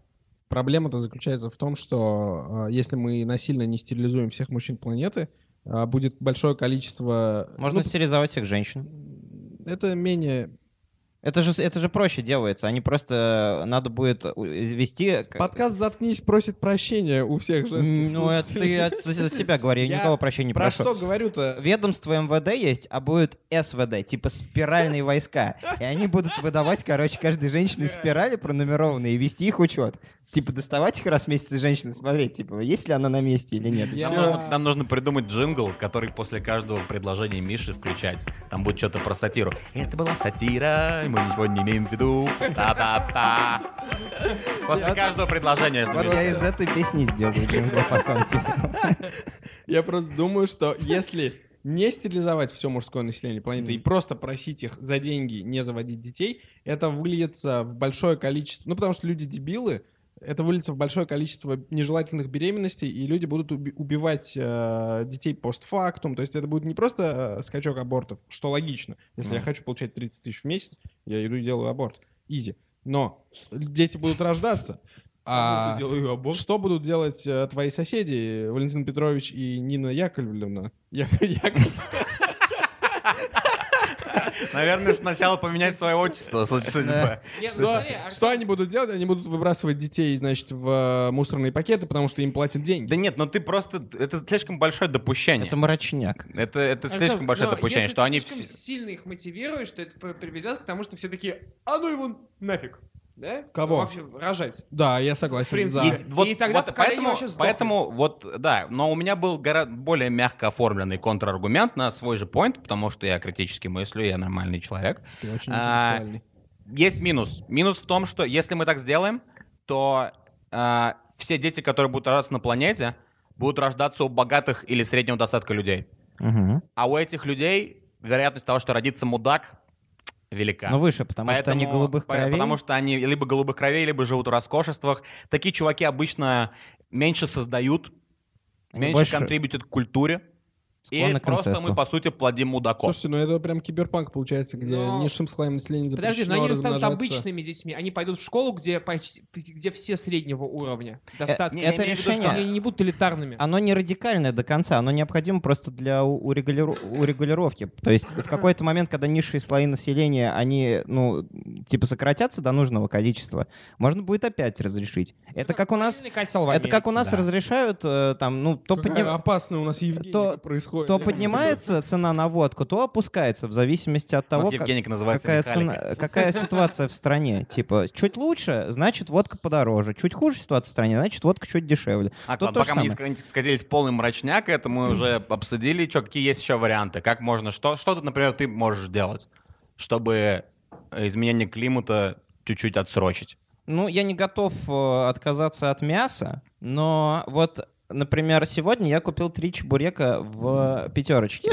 Speaker 6: проблема-то заключается в том, что э, если мы насильно не стерилизуем всех мужчин планеты, э, будет большое количество...
Speaker 3: Можно
Speaker 6: Ну,
Speaker 3: стерилизовать всех женщин.
Speaker 6: это менее...
Speaker 3: Это же, это же проще делается. Они просто э, надо будет у- вести... к-
Speaker 6: Подкаст «Заткнись» просит прощения у всех женских
Speaker 3: Ну, это ты
Speaker 6: слушателей.
Speaker 3: от с- за себя говори, я
Speaker 6: Я
Speaker 3: никого прощения не
Speaker 6: Про
Speaker 3: прошу.
Speaker 6: что говорю-то?
Speaker 3: Ведомство МВД есть, а будет СВД, типа спиральные войска. И они будут выдавать, короче, каждой женщине спирали пронумерованные и вести их учет. Типа доставать их раз в месяц из женщины, смотреть, типа, есть ли она на месте или нет.
Speaker 6: Я-
Speaker 5: Нам нужно, нам нужно придумать джингл, который после каждого предложения Миши включать. Там будет что-то про сатиру. Это была сатира, и мы ничего не имеем в виду. Та-та-та. После каждого предложения.
Speaker 3: Вот я из этой песни сделаю джингл потом, типа.
Speaker 6: Я просто думаю, что если не стерилизовать все мужское население планеты и просто просить их за деньги не заводить детей, это выльется в большое количество... Ну, потому что люди дебилы, это выльется в большое количество нежелательных беременностей, и люди будут уби- убивать э, детей постфактум. То есть это будет не просто э, скачок абортов, что логично. Если я хочу получать 30 тысяч в месяц, я иду и делаю аборт. Изи. Но дети будут рождаться. а- что будут делать э, твои соседи, Валентин Петрович и Нина Яковлевна? Я- Яковлевна.
Speaker 5: Наверное, сначала поменять свое отчество, судя- судя
Speaker 4: Нет, ну,
Speaker 6: Что,
Speaker 4: смотри, а
Speaker 6: что они будут делать? Они будут выбрасывать детей, значит, в э, мусорные пакеты, потому что им платят
Speaker 5: по. Да
Speaker 6: деньги.
Speaker 5: нет, но ты просто... Это слишком большое допущение.
Speaker 3: Это мрачняк.
Speaker 5: Это, это
Speaker 4: Артём,
Speaker 5: слишком большое
Speaker 4: но
Speaker 5: допущение,
Speaker 4: ну, если
Speaker 5: что
Speaker 4: ты
Speaker 5: они...
Speaker 4: слишком
Speaker 5: все-
Speaker 4: сильно их мотивируешь, что это п- приведет к тому, что все такие, а ну его нафиг. Да?
Speaker 6: Кого?
Speaker 4: Ну, вообще, рожать.
Speaker 6: Да, я согласен.
Speaker 4: В
Speaker 6: за.
Speaker 4: принципе.
Speaker 5: И вот-
Speaker 4: И тогда
Speaker 5: вот
Speaker 4: поколение
Speaker 5: поэтому,
Speaker 4: вообще сдохнет.
Speaker 5: поэтому вот, да, но у меня был гораздо более мягко оформленный контраргумент на свой же point, потому что я критически мыслю, я нормальный человек.
Speaker 6: Ты очень
Speaker 5: А,
Speaker 6: интеллектуальный.
Speaker 5: Есть минус. Минус в том, что если мы так сделаем, то а, все дети, которые будут рождаться на планете, будут рождаться у богатых или среднего достатка людей.
Speaker 3: Мгм.
Speaker 5: А у этих людей вероятность того, что родится мудак, велика.
Speaker 3: Ну, выше, потому что они
Speaker 5: Поэтому-
Speaker 3: голубых
Speaker 5: по-
Speaker 3: кровей.
Speaker 5: Потому что они либо голубых кровей, либо живут в роскошествах. Такие чуваки обычно меньше создают,
Speaker 3: Они
Speaker 5: меньше
Speaker 3: больше
Speaker 5: контрибьютят к культуре. И
Speaker 3: склонны к
Speaker 5: просто мы,
Speaker 3: инцесту.
Speaker 5: по сути, плодим мудаков.
Speaker 6: Слушайте, ну это прям киберпанк получается, где
Speaker 4: Но-
Speaker 6: низшим слоем населения запрещено
Speaker 4: Подожди, но они же станут
Speaker 6: размножаться.
Speaker 4: обычными детьми. Они пойдут в школу, где, почти, где все среднего уровня. Достатка.
Speaker 5: не,
Speaker 3: это
Speaker 5: я имею в виду, что
Speaker 3: решение-
Speaker 4: Они не будут элитарными.
Speaker 5: А,
Speaker 3: Оно не радикальное до конца, оно необходимо просто для у- урегулиру- урегулировки. То есть в какой-то момент, когда низшие слои населения, они, ну, типа сократятся до нужного количества, можно будет опять разрешить.
Speaker 5: Ну
Speaker 3: Это как у нас,
Speaker 4: Отдельный котел в
Speaker 3: это как у нас
Speaker 4: Америке,
Speaker 3: разрешают, э, там, ну, то,
Speaker 6: Какая
Speaker 3: подним-
Speaker 6: опасная у нас Евгения
Speaker 3: То-
Speaker 6: происходит.
Speaker 3: то поднимается цена на водку, то опускается в зависимости от
Speaker 5: У
Speaker 3: того,
Speaker 5: нас
Speaker 3: как-
Speaker 5: Евгеника называется
Speaker 3: какая,
Speaker 5: Михалик.
Speaker 3: цена- какая ситуация в стране. Типа, чуть лучше, значит, водка подороже. Чуть хуже ситуация в стране, значит, водка чуть дешевле.
Speaker 5: А,
Speaker 3: Тут
Speaker 5: ладно,
Speaker 3: то же
Speaker 5: пока мы не
Speaker 3: самое.
Speaker 5: ск- скатились в полный мрачняк, это мы уже обсудили, что какие есть еще варианты, как можно, что, что тут, например, ты можешь делать, чтобы э, изменение климата чуть-чуть отсрочить.
Speaker 3: Ну, я не готов э, отказаться от мяса, но вот, например, сегодня я купил три чебурека в пятерочке.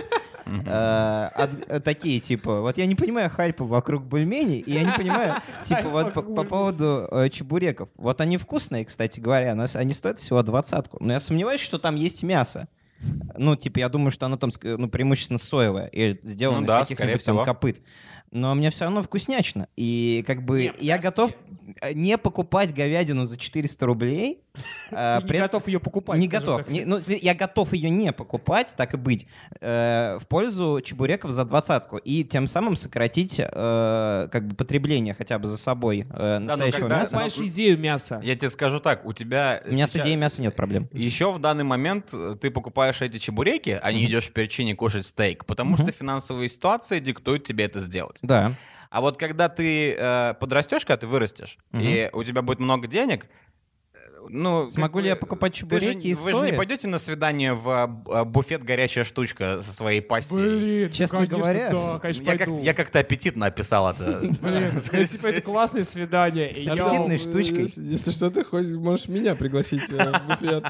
Speaker 3: Э, от- э, Такие, типа, вот я не понимаю хайпа вокруг бульменей, и я не понимаю, типа, вот по- по поводу э, чебуреков. Вот они вкусные, кстати говоря, но с- они стоят всего двадцатку. Но я сомневаюсь, что там есть мясо. Ну, типа, я думаю, что оно там ск- ну, преимущественно соевое, и сделано
Speaker 5: Ну да,
Speaker 3: из
Speaker 5: скорее
Speaker 3: каких-нибудь там
Speaker 5: всего.
Speaker 3: копыт. Но мне все равно вкуснячно. И как бы
Speaker 4: Нет,
Speaker 3: я
Speaker 4: подожди.
Speaker 3: готов э, не покупать говядину за 400 рублей, Э,
Speaker 4: Ты
Speaker 3: при
Speaker 4: не
Speaker 3: этом-
Speaker 4: готов ее покупать.
Speaker 3: не
Speaker 4: скажем
Speaker 3: готов.
Speaker 4: так.
Speaker 3: Не- ну, смотри, я готов ее не покупать, так и быть, э, в пользу чебуреков за двадцатку. И тем самым сократить э, как бы потребление хотя бы за собой э,
Speaker 5: ну,
Speaker 3: настоящего
Speaker 8: когда-
Speaker 3: мяса.
Speaker 4: Покупаешь идею мяса.
Speaker 5: Я тебе скажу так, у тебя...
Speaker 3: У меня с
Speaker 5: сейчас-
Speaker 3: идеей мяса нет проблем.
Speaker 5: Еще в данный момент э, ты покупаешь эти чебуреки, а не идешь в перчине кушать стейк, потому
Speaker 3: Мгм.
Speaker 5: что финансовая ситуация диктует тебе это сделать.
Speaker 3: Да.
Speaker 5: А вот когда ты э, подрастешь, когда ты вырастешь,
Speaker 3: Мгм.
Speaker 5: и у тебя будет много денег, э, ну... как
Speaker 3: Смогу ли
Speaker 5: бы,
Speaker 3: я покупать
Speaker 5: ты же-
Speaker 3: чебуреки из
Speaker 5: Вы же не
Speaker 3: сои?
Speaker 5: пойдете на свидание в э, э, буфет «Горячая штучка» со своей пассией?
Speaker 4: Блин,
Speaker 3: Честно
Speaker 4: конечно,
Speaker 3: говоря,
Speaker 4: да, конечно,
Speaker 5: я, как,
Speaker 4: пойду.
Speaker 5: я как-то аппетитно описал это.
Speaker 4: Блин, ну, типа это классное свидание. и
Speaker 3: С
Speaker 4: я-
Speaker 3: аппетитной штучкой.
Speaker 6: Если, если что, ты хочешь, можешь меня пригласить э, в буфет.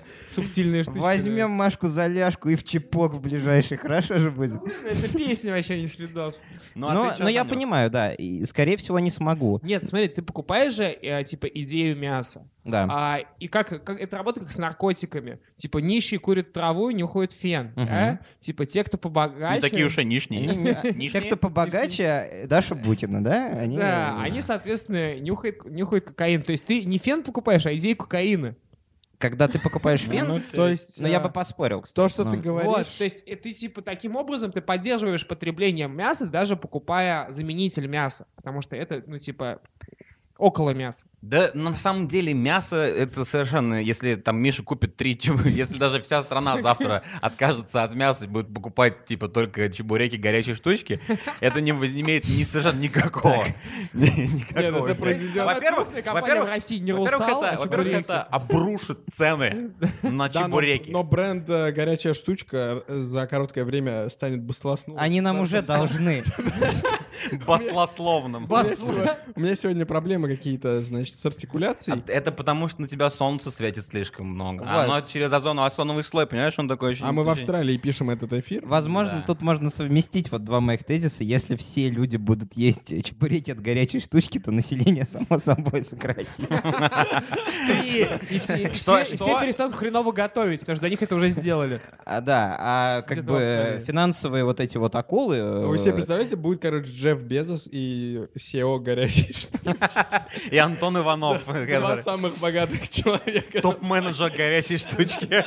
Speaker 4: Субтильные штучки.
Speaker 3: Возьмем Машку за ляжку и в чепок в ближайший, хорошо же будет.
Speaker 4: да. Это песня вообще не свидос.
Speaker 5: Ну, а
Speaker 3: Но,
Speaker 5: ты чё,
Speaker 3: но я
Speaker 5: Саня?
Speaker 3: понимаю, да, и скорее всего не смогу.
Speaker 4: Нет, смотри, ты покупаешь же, э, типа, идею мяса.
Speaker 3: Да.
Speaker 4: А, и как, как- это работает как с наркотиками. Типа нищие курят траву и нюхают фен.
Speaker 3: Мгм.
Speaker 4: да? Типа те, кто побогаче.
Speaker 5: Не такие уж и
Speaker 3: Они
Speaker 5: нишние.
Speaker 3: не- Те, кто побогаче, э, Даша Бутина, да? Они,
Speaker 4: Да,
Speaker 3: э,
Speaker 4: они, соответственно, нюхают, нюхают кокаин. То есть ты не фен покупаешь, а идею кокаина.
Speaker 3: Когда ты покупаешь фен,
Speaker 6: То есть...
Speaker 3: ну я
Speaker 6: э,
Speaker 3: бы поспорил, кстати.
Speaker 6: То, что
Speaker 3: но-
Speaker 6: ты
Speaker 4: Вот,
Speaker 6: говоришь...
Speaker 4: то есть э, ты типа таким образом ты поддерживаешь потребление мяса, даже покупая заменитель мяса, потому что это, ну типа, около мяса.
Speaker 5: Да, на самом деле мясо это совершенно, если там Миша купит три, чебу- если даже вся страна завтра откажется от мяса и будет покупать типа только чебуреки, горячие штучки, это не вознимеет ни совершенно никакого. ни-
Speaker 6: Нет,
Speaker 5: никакого
Speaker 6: ну это
Speaker 5: эффекта.
Speaker 6: произведет...
Speaker 5: Во-первых,
Speaker 4: Крупная компания
Speaker 5: во-первых,
Speaker 4: в России не
Speaker 5: Во-первых,
Speaker 4: «Русал»,
Speaker 5: это,
Speaker 4: а
Speaker 5: во-первых,
Speaker 4: «Чебуреки».
Speaker 5: это обрушит цены на
Speaker 6: Да, но-
Speaker 5: чебуреки.
Speaker 6: Но, бренд э, «Горячая штучка» э, за короткое время станет баслосновым.
Speaker 3: Они нам уже должны.
Speaker 5: Баслословным.
Speaker 4: Бас-
Speaker 6: Типа, У меня сегодня проблемы какие-то, значит, с
Speaker 5: А
Speaker 6: артикуляцией.
Speaker 5: Это потому что на тебя солнце светит слишком много.
Speaker 3: Вот.
Speaker 5: Оно через озоново-ослоновый слой, понимаешь, он такой очень...
Speaker 6: А мы в
Speaker 5: очень-
Speaker 6: Австралии пишем этот эфир.
Speaker 3: Возможно,
Speaker 5: Да.
Speaker 3: тут можно совместить вот два моих тезиса. Если все люди будут есть чебуреки от горячей штучки, то население само собой сократится.
Speaker 4: И все, и
Speaker 5: Что-
Speaker 4: все-
Speaker 5: что?
Speaker 4: все перестанут хреново готовить, потому что за них это уже сделали.
Speaker 3: А, да, а
Speaker 4: Где
Speaker 3: как
Speaker 4: два
Speaker 3: бы
Speaker 4: сценария?
Speaker 3: финансовые вот эти вот акулы... э,
Speaker 6: Вы себе представляете, будет, короче, Джефф Безос и SEO «Горячей штучки».
Speaker 5: И Антон Иванов.
Speaker 6: Два
Speaker 5: который-
Speaker 6: самых богатых человека.
Speaker 5: Топ-менеджер горячей штучки.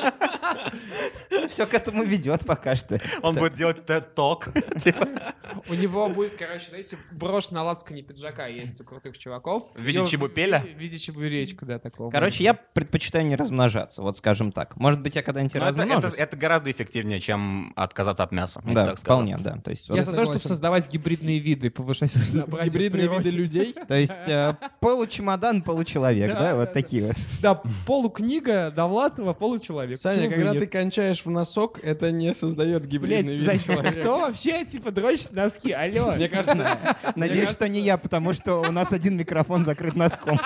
Speaker 3: Все к этому ведет пока что.
Speaker 5: Он будет делать ток
Speaker 3: Типа,
Speaker 5: Типа,
Speaker 4: У него будет, короче, знаете, брошь на лацкане пиджака есть у крутых чуваков.
Speaker 5: В виде
Speaker 4: Её в-
Speaker 5: чебупеля?
Speaker 4: В виде чебуречка, да, такого.
Speaker 3: Короче, я предпочитаю не размножаться, вот скажем так. Может быть, я когда-нибудь
Speaker 5: Ну, Это
Speaker 3: размножусь.
Speaker 5: это гораздо эффективнее, чем отказаться от мяса. я
Speaker 3: Да,
Speaker 5: так скажу.
Speaker 3: вполне, да. То есть, вот-
Speaker 4: Я за то, чтобы
Speaker 6: согласен.
Speaker 4: создавать гибридные виды и повышать разнообразие в
Speaker 6: Гибридные виды
Speaker 4: природе.
Speaker 6: людей.
Speaker 3: то есть э, получемодан, получеловек,
Speaker 4: Да,
Speaker 3: да,
Speaker 4: да,
Speaker 3: вот
Speaker 4: да.
Speaker 3: такие вот.
Speaker 4: Да, полукнига Довлатова, получеловек.
Speaker 6: Саня,
Speaker 4: Почему бы и
Speaker 6: когда
Speaker 4: нет?
Speaker 6: ты кончаешь в носок, это не создает
Speaker 4: Блядь,
Speaker 6: гибридный вид
Speaker 4: зачем?
Speaker 6: человека.
Speaker 4: Кто вообще, типа, дрочит носки? Алло.
Speaker 6: Мне кажется,
Speaker 3: Надеюсь,
Speaker 6: кажется-
Speaker 3: что не я, потому что у нас один микрофон закрыт носком.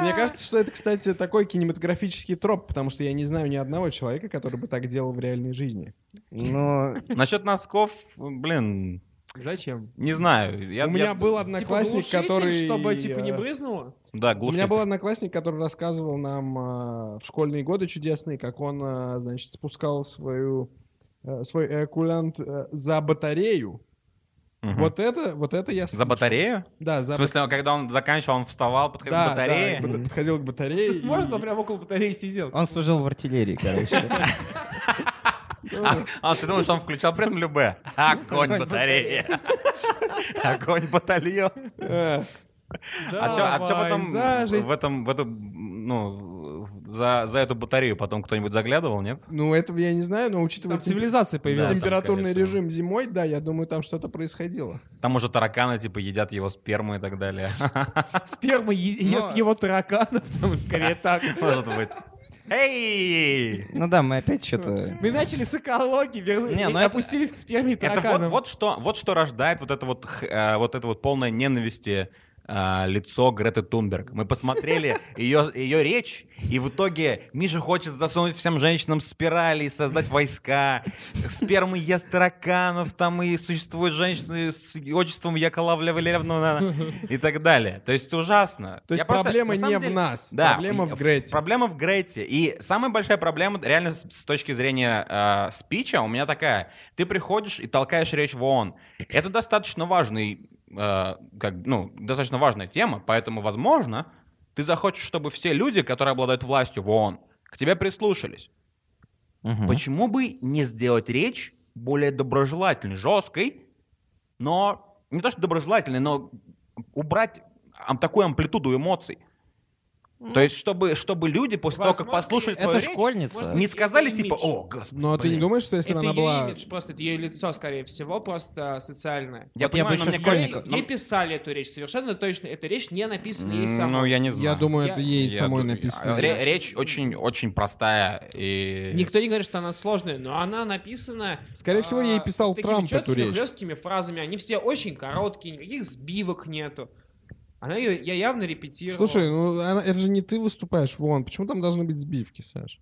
Speaker 6: мне кажется, что это, кстати, такой кинематографический троп, потому что я не знаю ни одного человека, который бы так делал в реальной жизни.
Speaker 3: Ну,
Speaker 5: Насчет носков, блин,
Speaker 4: Зачем?
Speaker 5: не знаю. Я-
Speaker 6: У меня
Speaker 5: я-
Speaker 6: был
Speaker 4: Типа,
Speaker 6: одноклассник,
Speaker 4: глушитель,
Speaker 6: который...
Speaker 4: чтобы, типа, не
Speaker 6: э,
Speaker 4: брызнуло?
Speaker 5: Да,
Speaker 6: У меня
Speaker 5: глушитель.
Speaker 6: был одноклассник, который рассказывал нам а, в школьные годы чудесные, как он, а, значит, спускал свою э, свой эякулянт э, за батарею.
Speaker 5: Мгм.
Speaker 6: Вот это, вот это я
Speaker 5: За
Speaker 6: слышал.
Speaker 5: батарею?
Speaker 6: Да, за
Speaker 5: В смысле, когда он заканчивал, он вставал, подходил к
Speaker 6: да,
Speaker 5: батарее?
Speaker 6: да, бат- подходил к батарее. и-
Speaker 4: Можно он прям около батареи сидел?
Speaker 3: он служил в артиллерии, короче.
Speaker 5: А, а ты думаешь, что он включал при этом любе? Огонь батареи. Огонь батальон.
Speaker 6: Э,
Speaker 5: А чё- а чё
Speaker 4: Давай,
Speaker 5: потом
Speaker 4: за жизнь.
Speaker 5: в этом, в эту, ну, в- за, за эту батарею потом кто-нибудь заглядывал, нет?
Speaker 6: Ну, этого я не знаю, но учитывая
Speaker 4: Там
Speaker 6: тем-
Speaker 4: цивилизация появилась.
Speaker 5: Да,
Speaker 6: температурный
Speaker 5: конечно.
Speaker 6: режим зимой, да, я думаю, там что-то происходило.
Speaker 5: Там уже тараканы, типа, едят его сперму и так далее.
Speaker 4: Сперма е-
Speaker 3: Но-
Speaker 4: ест его тараканов, там, скорее так.
Speaker 5: Может быть. Эй!
Speaker 3: Ну да, мы опять что-то...
Speaker 4: Мы начали с экологии, вер-
Speaker 3: Не,
Speaker 4: и
Speaker 3: ну это-
Speaker 4: опустились к сперме и
Speaker 5: Это вот,
Speaker 4: тараканам.
Speaker 5: вот что, вот что рождает вот это вот, х- э, вот это вот полное ненависти э, лицо Греты Тунберг. Мы посмотрели ее, ее речь, и в итоге Миша хочет засунуть всем женщинам спирали и создать войска. Спермы ест тараканов, там и существуют женщины с отчеством Яковлевна и так далее. То есть ужасно.
Speaker 6: То есть
Speaker 5: Я просто-
Speaker 6: проблема
Speaker 5: на самом
Speaker 6: не в
Speaker 5: деле-
Speaker 6: нас,
Speaker 5: да,
Speaker 6: проблема
Speaker 5: и-
Speaker 6: в Грете.
Speaker 5: Проблема в Грейте. И самая большая проблема, реально, с, с точки зрения э, спича, у меня такая. Ты приходишь и толкаешь речь в ООН. Это достаточно важный э, как, ну, достаточно важная тема, поэтому, возможно, ты захочешь, чтобы все люди, которые обладают властью в ООН, к тебе прислушались.
Speaker 3: Мгм.
Speaker 5: Почему бы не сделать речь более доброжелательной, жесткой, но не то что доброжелательной, но убрать ам, такую амплитуду эмоций? То есть, чтобы, чтобы люди после того, как
Speaker 4: Возможно,
Speaker 5: послушали
Speaker 3: Это
Speaker 5: твою речь,
Speaker 3: школьница.
Speaker 4: может
Speaker 5: не
Speaker 4: Это
Speaker 5: сказали
Speaker 4: имидж.
Speaker 5: типа, о, господи,
Speaker 6: Но ты не
Speaker 5: блин».
Speaker 6: думаешь, что если
Speaker 4: это
Speaker 6: она
Speaker 4: ее
Speaker 6: была...
Speaker 4: имидж, просто это ее лицо, скорее всего, просто социальное.
Speaker 5: Я
Speaker 3: Вот я
Speaker 5: понимаю,
Speaker 3: бы
Speaker 5: но
Speaker 3: еще
Speaker 5: мне кажется, ну,
Speaker 3: школьника-
Speaker 5: нам-
Speaker 4: Ей писали эту речь, совершенно точно. Эта речь не написана ей самой.
Speaker 7: Ну, я не знаю.
Speaker 6: Я думаю,
Speaker 4: Я-
Speaker 6: это ей
Speaker 7: Я
Speaker 6: самой
Speaker 7: думаю,
Speaker 6: написано.
Speaker 5: Ре- Речь очень-очень простая и...
Speaker 4: Никто не говорит, что она сложная, но она написана... а,
Speaker 6: Скорее всего, ей писал
Speaker 4: с такими
Speaker 6: Трамп эту
Speaker 4: четкими,
Speaker 6: речь.
Speaker 4: хлесткими фразами. Они все очень короткие, никаких сбивок нету. Она ее, я явно репетировал.
Speaker 6: Слушай, ну она- это же не ты выступаешь в ООН. Почему там должны быть сбивки, Саш?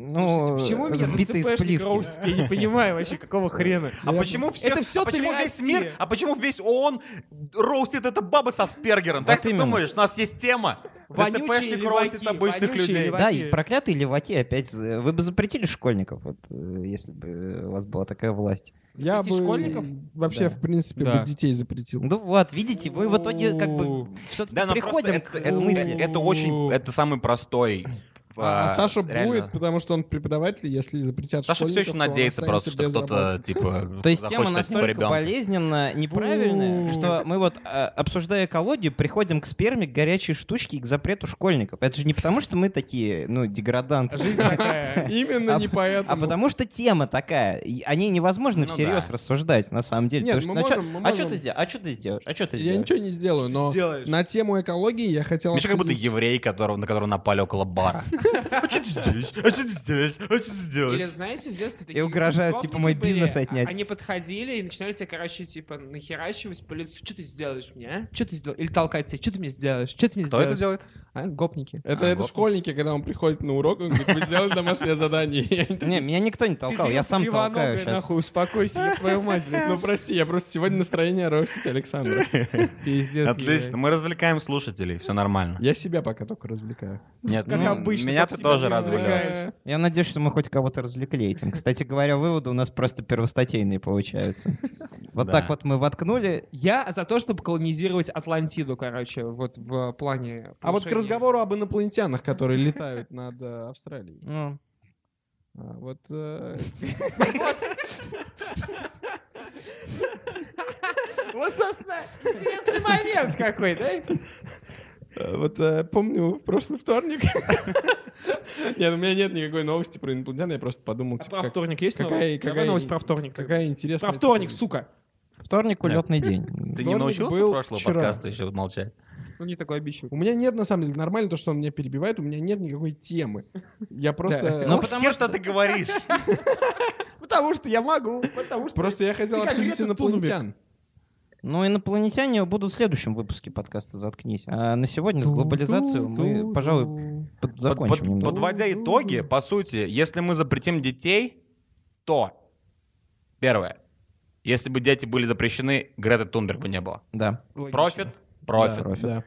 Speaker 3: Ну, сбитые
Speaker 4: ЦПшник
Speaker 3: сливки.
Speaker 4: роустит? Я не понимаю вообще, какого хрена.
Speaker 5: А почему все,
Speaker 4: Это всё
Speaker 5: а почему весь
Speaker 4: Россия.
Speaker 5: мир, а почему весь ООН роустит эта баба со спергером?
Speaker 3: Вот
Speaker 5: так ты
Speaker 3: именно.
Speaker 5: думаешь, у нас есть тема?
Speaker 4: Вонючие
Speaker 5: ДЦПшник
Speaker 4: леваки,
Speaker 5: роустит обычных
Speaker 4: вонючие
Speaker 5: людей.
Speaker 4: леваки.
Speaker 3: Да, и проклятые леваки опять... за- Вы бы запретили школьников, вот, э, если бы у вас была такая власть.
Speaker 6: Я бы
Speaker 4: Запретить школьников?
Speaker 6: вообще,
Speaker 3: Да.
Speaker 6: в принципе,
Speaker 4: Да.
Speaker 6: бы детей запретил.
Speaker 3: Ну вот, видите, мы в итоге как бы все-таки
Speaker 5: Да, но просто
Speaker 3: приходим
Speaker 5: это,
Speaker 3: к
Speaker 5: это-
Speaker 3: мысли.
Speaker 5: это- это очень, это самый простой.
Speaker 6: А,
Speaker 5: а,
Speaker 6: Саша
Speaker 5: реально.
Speaker 6: будет, потому что он преподаватель, если запретят
Speaker 5: Саша все еще
Speaker 6: школьников, то он
Speaker 5: надеется просто, что
Speaker 6: останется без
Speaker 5: кто-то
Speaker 6: работы.
Speaker 5: типа
Speaker 3: То есть тема
Speaker 5: захочет от него
Speaker 3: настолько
Speaker 5: ребенка.
Speaker 3: болезненно неправильная,
Speaker 6: Бу.
Speaker 3: что мы вот, а, обсуждая экологию, приходим к сперме, к горячей штучке и к запрету школьников. Это же не потому, что мы такие, ну, деграданты.
Speaker 4: Жизнь такая.
Speaker 6: Именно
Speaker 3: А-
Speaker 6: не
Speaker 3: А
Speaker 6: поэтому.
Speaker 3: потому что тема такая, и о ней невозможно
Speaker 5: Ну
Speaker 3: всерьез
Speaker 5: да.
Speaker 3: рассуждать, на самом деле.
Speaker 6: Нет,
Speaker 3: Потому
Speaker 6: мы
Speaker 3: что, ну,
Speaker 6: можем,
Speaker 3: чё-
Speaker 6: мы
Speaker 3: а что
Speaker 6: можем.
Speaker 3: ты сделаешь? А что ты сделаешь? А что ты
Speaker 6: Я
Speaker 3: сделаешь?
Speaker 6: ничего не сделаю, но
Speaker 4: Сделаешь.
Speaker 6: на тему экологии я хотел
Speaker 5: Миша как будто
Speaker 6: обсудить-
Speaker 5: еврей, которого, на которого напали около бара. А что ты здесь? А что ты здесь? А что ты
Speaker 4: Или,
Speaker 5: здесь?
Speaker 4: знаете, в детстве такие
Speaker 3: угрожают,
Speaker 4: гопники
Speaker 3: типа, мой
Speaker 4: были.
Speaker 3: бизнес отнять.
Speaker 4: А- Они подходили и начинали тебе, короче, типа, нахерачивать по лицу. Что ты сделаешь мне, а? Что ты сделаешь? Или толкать тебя. Что ты мне сделаешь? Что ты мне
Speaker 5: Кто это
Speaker 4: сделаешь?
Speaker 5: делает?
Speaker 4: А, гопники.
Speaker 6: Это,
Speaker 5: А,
Speaker 6: это
Speaker 5: вот.
Speaker 6: школьники, когда он приходит на урок, он говорит, вы сделали домашнее задание. Я не
Speaker 3: Не, меня никто не толкал,
Speaker 4: Ты
Speaker 3: я сам
Speaker 4: кривоногая,
Speaker 3: толкаю сейчас.
Speaker 4: нахуй, успокойся, я твою мать, блядь.
Speaker 6: Ну прости, я просто сегодня настроение ростить Александра.
Speaker 4: Пиздец.
Speaker 5: Отлично, мы развлекаем слушателей, все нормально.
Speaker 6: Я себя пока только развлекаю.
Speaker 5: Нет,
Speaker 4: Как
Speaker 5: ну,
Speaker 4: обычно,
Speaker 5: меня
Speaker 4: как
Speaker 5: ты
Speaker 4: всегда
Speaker 5: тоже
Speaker 4: ты
Speaker 5: развлекаешь.
Speaker 4: развлекаешь.
Speaker 3: Я надеюсь, что мы хоть кого-то развлекли этим. Кстати говоря, выводы у нас просто первостатейные получаются. Вот
Speaker 5: Да.
Speaker 3: так вот мы воткнули,
Speaker 4: Я за то, чтобы колонизировать Атлантиду, короче, вот в плане...
Speaker 6: А вот к
Speaker 4: повышения.
Speaker 6: разговору об инопланетянах, которые летают над э, Австралией.
Speaker 3: ну,
Speaker 6: А, Вот э,
Speaker 4: Вот, собственно, интересный момент какой, да?
Speaker 6: Э, Вот э, помню, в прошлый вторник... Нет, у меня нет никакой новости про инопланетян, я просто подумал,
Speaker 4: А
Speaker 6: типа,
Speaker 4: про
Speaker 6: как-
Speaker 4: вторник есть
Speaker 6: какая-
Speaker 4: новость?
Speaker 6: какая-
Speaker 4: Давай новость про вторник?
Speaker 6: какая интересная...
Speaker 4: Про вторник,
Speaker 6: тема.
Speaker 4: сука!
Speaker 3: вторник улетный день.
Speaker 5: Ты не
Speaker 6: Вторник
Speaker 5: научился
Speaker 6: был
Speaker 5: прошлого
Speaker 6: вчера.
Speaker 5: подкаста еще молчать?
Speaker 4: Ну, не такой обидчивый.
Speaker 6: У меня нет, на самом деле, нормально то, что он меня перебивает, у меня нет никакой темы. Я просто...
Speaker 3: Ну,
Speaker 5: Ну, потому хер, что ты говоришь.
Speaker 4: Потому что я могу, потому что...
Speaker 6: Просто я хотел
Speaker 4: Ты как
Speaker 6: обсудить
Speaker 4: Грета Тунберг.
Speaker 6: инопланетян.
Speaker 3: Ну, инопланетяне будут в следующем выпуске подкаста «Заткнись». А на сегодня с глобализацией мы, пожалуй, под-
Speaker 5: Под- под-
Speaker 3: закончим немного.
Speaker 5: Подводя итоги, по сути, если мы запретим детей, то... Первое. Если бы дети были запрещены, Грета Тунберг бы не было.
Speaker 3: Да.
Speaker 6: Логично.
Speaker 5: Профит?
Speaker 6: Да,
Speaker 5: Профит.
Speaker 6: да.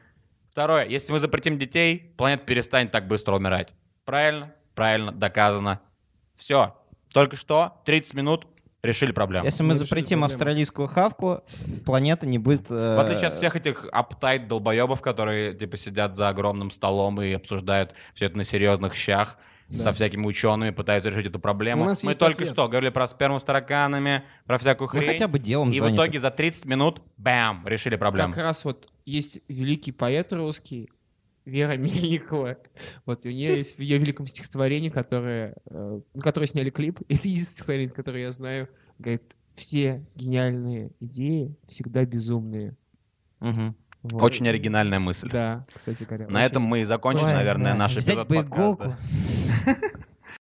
Speaker 5: Второе. Если мы запретим детей, планета перестанет так быстро умирать. Правильно? Правильно. Доказано. Все. Только что 30 минут решили проблему.
Speaker 3: Если мы
Speaker 6: Мы решили
Speaker 3: запретим
Speaker 6: проблему.
Speaker 3: австралийскую хавку, планета не будет... э,
Speaker 5: В отличие от всех этих аптайт долбоебов, которые типа сидят за огромным столом и обсуждают все это на серьезных щах со всякими учеными, пытаются решить эту проблему.
Speaker 6: У нас
Speaker 5: Мы
Speaker 6: есть
Speaker 5: только
Speaker 6: ответ.
Speaker 5: что говорили про сперму с тараканами, про всякую
Speaker 3: Мы
Speaker 5: хрень.
Speaker 3: хотя бы делом
Speaker 5: и в
Speaker 3: заняты.
Speaker 5: итоге за 30 минут, бам, решили проблему.
Speaker 4: Как раз вот есть великий поэт русский, Вера Мельникова. Вот и у нее есть в ее великом стихотворении, которое, э, на которое сняли клип. Это единственное стихотворение, которое я знаю. Говорит, все гениальные идеи всегда безумные.
Speaker 3: Мгм.
Speaker 4: Вот.
Speaker 5: Очень оригинальная мысль.
Speaker 4: Да, кстати говоря.
Speaker 5: На
Speaker 4: очень.
Speaker 5: этом мы и закончим,
Speaker 3: Ой,
Speaker 5: наверное,
Speaker 3: да.
Speaker 5: наш
Speaker 3: Взять
Speaker 5: эпизод
Speaker 3: бы
Speaker 5: подкаста.
Speaker 3: иголку